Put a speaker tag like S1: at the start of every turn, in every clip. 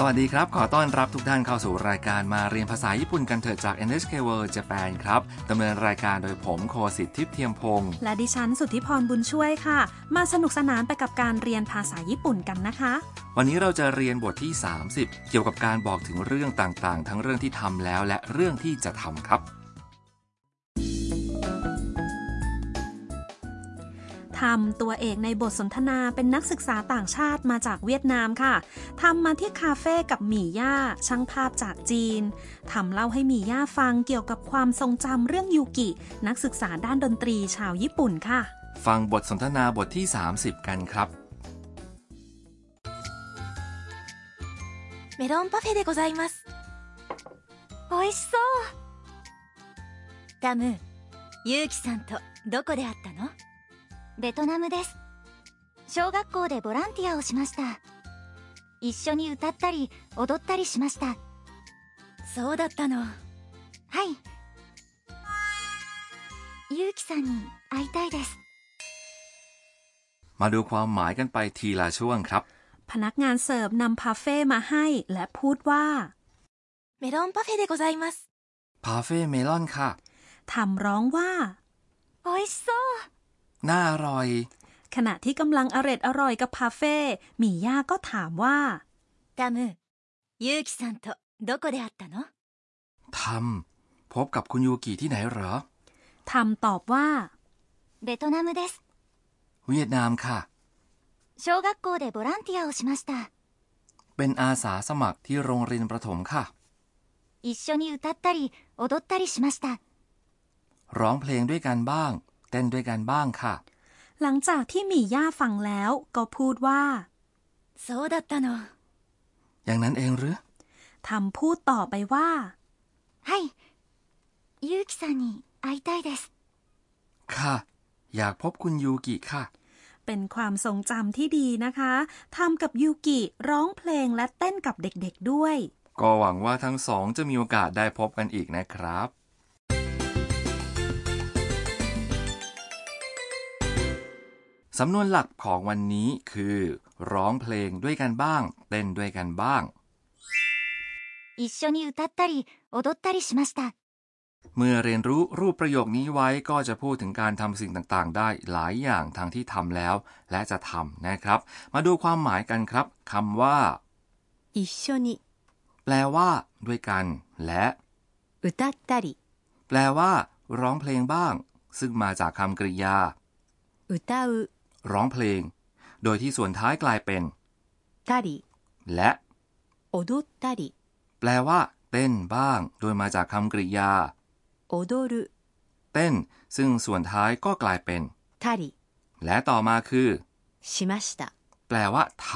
S1: สวัสดีครับ ขอต้อนรับทุกท่านเข้าสู่รายการมาเรียนภาษาญี่ปุ่นกันเถอะจาก NHK World Japan ครับดำเนินรายการโดยผมโคสิทธิ์ทิพย์เทียมพงศ์
S2: และดิฉันสุทธิพรบุญช่วยค่ะ มาสนุกสนานไปกับการเรียนภาษาญี่ปุ่นกันนะคะ
S1: วันนี้เราจะเรียนบทที่ 30 เกี่ยวกับการบอกถึงเรื่องต่างๆ ทั้งเรื่องที่ทำแล้วและเรื่องที่จะทำครับ
S2: ทำตัวเอกในบทสนทนาเป็นนักศึกษาต่างชาติมาจากเวียดนามค่ะ ทำมาที่คาเฟ่กับหมี่ย่า ช่างภาพจากจีน ทำเล่าให้หมี่ย่าฟังเกี่ยวกับความทรงจำเรื่องยูกิ นักศึกษาด้านดนตรีชาวญี่ปุ่นค่ะ
S1: ฟังบทสนทนาบทที่ 30 กันครับ
S3: メロンパフェでございます。美味しそうタム、ユウキさんとどこで会ったのベトナムです。小学校でボランティアをしました。一緒に歌ったり踊ったりしました。そうだったの。はい。ユウキさんに会いたいです。
S1: มาดูความหมายกันไปทีละช่วงครับ
S2: พนักงานเสิร์ฟนำพาเฟ่มาให้ และพูดว่า
S3: メロンパフェでございます。
S1: พาเฟ่เมลอนค่ะ
S2: ทำร้องว่า
S3: 美味しそう
S1: น่าอร่อย
S2: ขณะที่กำลังอร็ดอร่อยกับพาเฟ่หมี่ย่าก็ถามว่า
S3: タム、ユウキさんとどこで会ったの
S1: ทำ พบกับคุณยูกิที่ไหนเหรอ
S2: ทำตอบว่า
S3: ベトナムです。
S1: เวียดนามค่ะ
S3: 小学校でボランティアをしました
S1: เป็นอาสาสมัครที่โรงเรียนประถมค่ะ
S3: 一緒に歌ったり踊ったりしました
S1: ร้องเพลงด้วยกันบ้าง เต้นด้วยกันบ้างค่ะ
S2: หลังจากที่หมี่ย่าฟังแล้วก็พูดว่า
S3: そうだったのは
S1: อย่างนั้นเองหรือ
S2: ทำพูดต่อไปว่า
S3: いユウキさんに会いたいです
S1: ค่ะ อยากพบคุณยูกิค่ะ
S2: เป็นความทรงจำที่ดีนะคะทำกับยูกิร้องเพลงและเต้นกับเด็กๆด้วย
S1: ก็หวังว่าทั้งสองจะมีโอกาสได้พบกันอีกนะครับ สำนวนหลักของวันนี้คือ ร้องเพลงด้วยกันบ้าง เต้นด้วยกันบ้าง
S3: 一緒に歌ったり踊ったりしました
S1: เมื่อเรียนรู้รูปประโยคนี้ไว้ก็จะพูดถึงการทำสิ่งต่างๆ ได้หลายอย่างทั้งที่ทำแล้ว และจะทำนะครับ มาดูความหมายกันครับคำว่า
S3: 一緒に
S1: แปลว่า ด้วยกัน และ
S3: 歌ったり
S1: แปลว่า ร้องเพลงบ้าง ซึ่งมาจากคำกริยา
S3: 歌う
S1: ร้องเพลง โดยที่ส่วนท้ายกลายเป็น
S3: たり
S1: และ
S3: 踊ったり
S1: แปลว่า เต้นบ้าง โดยมาจากคำกริยา
S3: 踊る
S1: เต้น ซึ่งส่วนท้ายก็กลายเป็น
S3: たり
S1: และต่อมาคือ
S3: しました
S1: แปลว่าท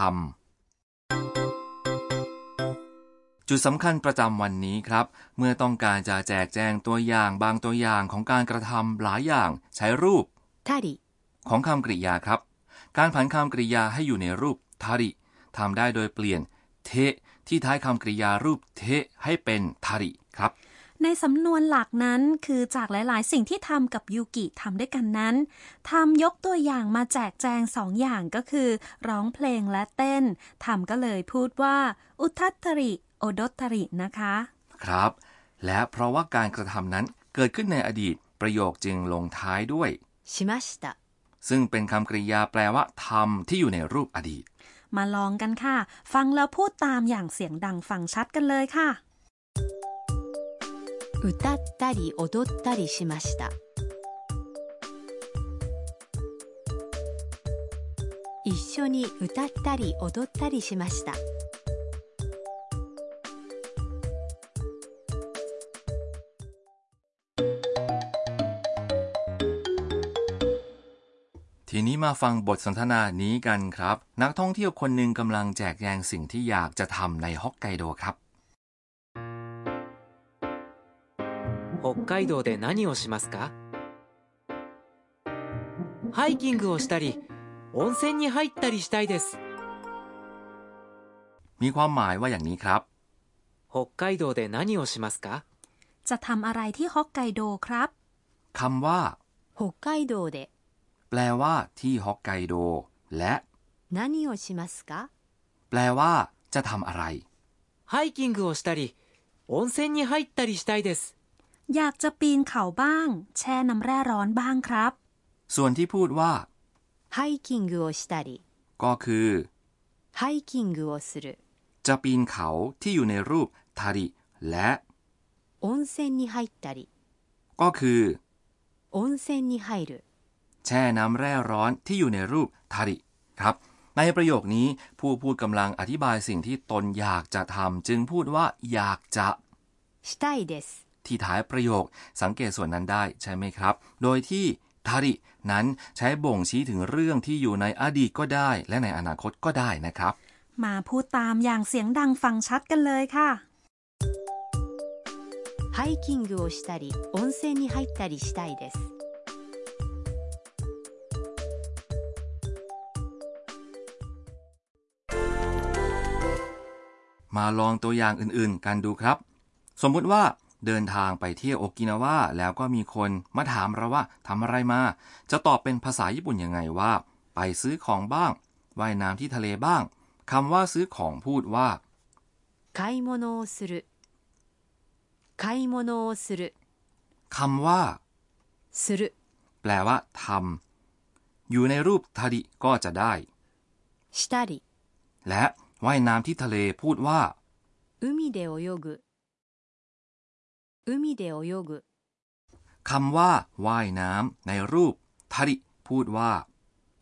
S1: ำจุดสำคัญประจำวันนี้ครับ เมื่อต้องการจะแจกแจงตัวอย่างบางตัวอย่างของการกระทำหลายอย่าง ใช้รูป
S3: たり
S1: ของคำกริยาครับ การผันคำกริยาให้อยู่ในรูปทาริทำได้โดยเปลี่ยนเทที่ท้ายคำกริยารูปเทให้เป็นทาริครับ
S2: ในสำนวนหลักนั้นคือจากหลายๆ สิ่งที่ทำกับยูกิทำด้วยกันนั้นทำยกตัวอย่างมาแจกแจงสองอย่างก็คือ ร้องเพลงและเต้นทำก็เลยพูดว่า อุทัตตริโอดตตรินะคะ
S1: ครับ และเพราะว่าการกระทำนั้นเกิดขึ้นในอดีต ประโยคจึงลงท้ายด้วย
S3: しました
S1: ซึ่งเป็นคำกริยาแปลว่าทำที่อยู่ในรูปอดีต
S2: มาลองกันค่ะ ฟังแล้วพูดตามอย่างเสียงดังฟังชัดกันเลยค่ะ
S3: 歌ったり踊ったりしました一緒に歌ったり踊ったりしました
S1: ทีนี้มาฟังบทสนทนานี้กันครับ นักท่องเที่ยวคนหนึ่งกำลังแจกแจงสิ่งที่อยากจะทำในฮอกไกโดครับ
S4: 北海道で何をしますかハイキングをしたり温泉に入ったりしたいです
S1: มีความหมายว่าอย่างนี้ครับ
S4: 北海道で何をしますか
S2: จะทำอะไรที่ฮอกไกโดครับ
S1: คำว่า
S3: 北海道で
S1: แปลว่าที่ฮอกไกโด และ
S3: 何をしますか
S1: แปลว่า จะทำอะไร
S4: ハイキングをしたり温泉に入ったりしたいです
S2: อยากจะปีนเขาบ้าง แช่น้ำแร่ร้อนบ้างครับ
S1: ส่วนที่พูดว่า
S5: ハイキングをしたり
S1: ก็คือ
S5: ハイキングをする
S1: จะปีนเขาที่อยู่ในรูปทาริและ
S5: 温泉に入ったり
S1: ก็คือ
S5: 温泉に入る
S1: แช่น้ำแร่ร้อนที่อยู่ในรูปทาริครับ ในประโยคนี้ผู้พูดกำลังอธิบายสิ่งที่ตนอยากจะทำจึงพูดว่า อยากจะ
S5: したいです
S1: ที่ท้ายประโยคสังเกตส่วนนั้นได้ใช่ไหมครับ โดยที่ทารินั้นใช้บ่งชี้ถึงเรื่องที่อยู่ในอดีตก็ได้ และในอนาคตก็ได้นะครับ
S2: มาพูดตามอย่างเสียงดังฟังชัดกันเลยค่ะ
S5: ハイキングをしたり温泉に入ったりしたいです
S1: มาลองตัวอย่างอื่นๆ กันดูครับ สมมุติว่าเดินทางไปเที่ยวโอกินาวาแล้วก็มีคนมาถามเราว่าทำอะไรมา จะตอบเป็นภาษาญี่ปุ่นยังไงว่า ไปซื้อของบ้างว่ายน้ำที่ทะเลบ้างคำว่าซื้อของพูดว่า
S5: 買い物をする買い物をする
S1: คำว่า
S5: する
S1: แปลว่าทำอยู่ในรูปทาริก็จะได้
S5: したり
S1: และว่ายน้ำที่ทะเลพูดว่า
S5: 海で泳ぐ海で泳ぐ
S1: คำว่าว่ายน้ำในรูปทาริพูดว่า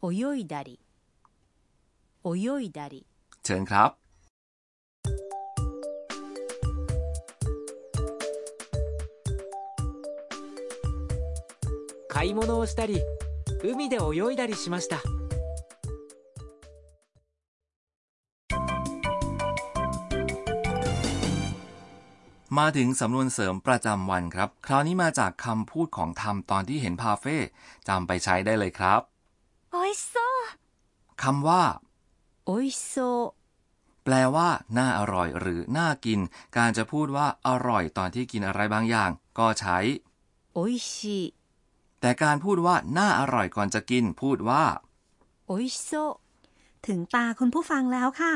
S5: 泳いだり泳いだり
S1: เชิญครับ
S4: 買い物をしたり海で泳いだりしました
S1: มาถึงสำนวนเสริมประจำวันครับ คราวนี้มาจากคำพูดของทำตอนที่เห็นพาเฟ่จำไปใช้ได้เลยครับ
S3: おいしそう
S1: คำว่า
S5: おいしそ
S1: แปลว่าน่าอร่อยหรือน่ากิน การจะพูดว่าอร่อยตอนที่กินอะไรบางอย่าง ก็ใช้
S5: うおいしい
S1: แต่การพูดว่าน่าอร่อยก่อนจะกิน พูดว่า
S5: おいしそ
S2: ถึงตาคุณผู้ฟังแล้วค่ะ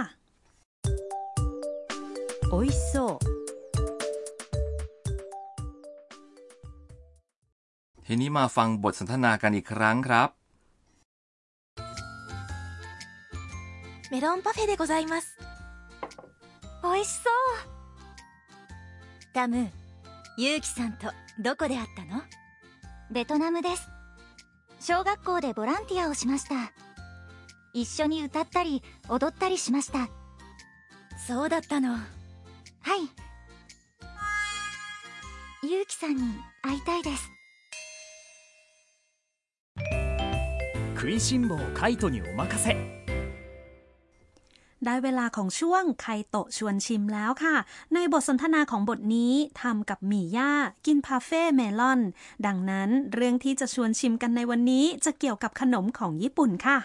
S5: うおいしそう
S1: ทีนี้มาฟังบทสนทนากันอีกครั้งครับ
S3: メロンパフェでございますおいしそうダムユウキさんとどこで会ったのベトナムです小学校でボランティアをしました一緒に歌ったり踊ったりしましたそうだったのはいユウキさんに会いたいです
S6: 食いしん坊カイトにお任せ
S2: ได้เวลาของช่วงไคโตะชวนชิมแล้วค่ะ ในบทสนทนาของบทนี้ทำกับหมี่ย่า กินพาเฟ่เมลอน ดังนั้นเรื่องที่จะชวนชิมกันในวันนี้จะเกี่ยวกับขนมของญี่ปุ่นค่ะ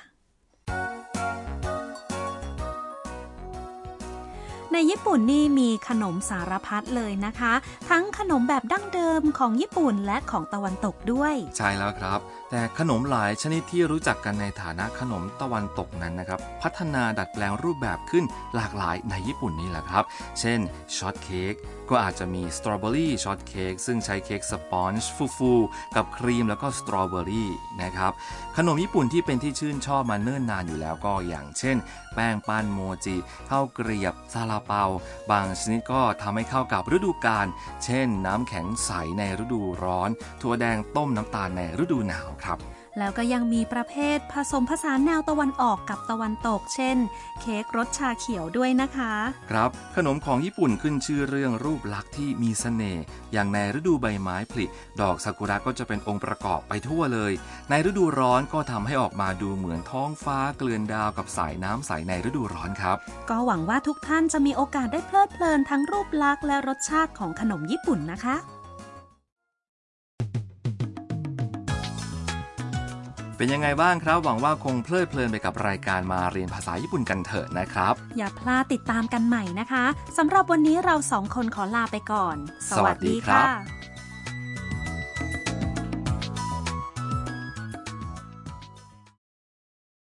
S2: ในญี่ปุ่นนี่มีขนมสารพัดเลยนะคะ ทั้งขนมแบบดั้งเดิมของญี่ปุ่นและของตะวันตกด้วย
S1: ใช่แล้วครับ แต่ขนมหลายชนิดที่รู้จักกันในฐานะขนมตะวันตกนั้นนะครับ พัฒนาดัดแปลงรูปแบบขึ้นหลากหลายในญี่ปุ่นนี่แหละครับ เช่นช็อตเค้กก็อาจจะมีสตรอเบอรี่ช็อตเค้กซึ่งใช้เค้กสปอนจ์ฟูๆกับครีมแล้วก็สตรอเบอรี่นะครับ ขนมญี่ปุ่นที่เป็นที่ชื่นชอบมาเนิ่นนานอยู่แล้วก็อย่างเช่น แป้งปั้นโมจิข้าวเกรียบซาลาเปา บางชนิดก็ทำให้เข้ากับฤดูกาลเช่น น้ำแข็งใสในฤดูร้อน ถั่วแดงต้มน้ำตาลในฤดูหนาวครับ
S2: แล้วก็ยังมีประเภทผสมผสานแนวตะวันออกกับตะวันตก เช่น เค้กรสชาเขียวด้วยนะคะ
S1: ครับ ขนมของญี่ปุ่นขึ้นชื่อเรื่องรูปลักษณ์ที่มีเสน่ห์อย่างในฤดูใบไม้ผลิดอกซากุระก็จะเป็นองค์ประกอบไปทั่วเลย ในฤดูร้อนก็ทำให้ออกมาดูเหมือนท้องฟ้าเกลื่อนดาวกับสายน้ำใสในฤดูร้อนครับ
S2: ก็หวังว่าทุกท่านจะมีโอกาสได้เพลิดเพลินทั้งรูปลักษณ์และรสชาติของขนมญี่ปุ่นนะคะ
S1: เป็นยังไงบ้างครับ หวังว่าคงเพลิดเพลินไปกับรายการมาเรียนภาษาญี่ปุ่นกันเถอะนะครับ
S2: อย่าพลาดติดตามกันใหม่นะคะสำหรับวันนี้เราสองคนขอลาไปก่อน
S1: สวัสดีครับ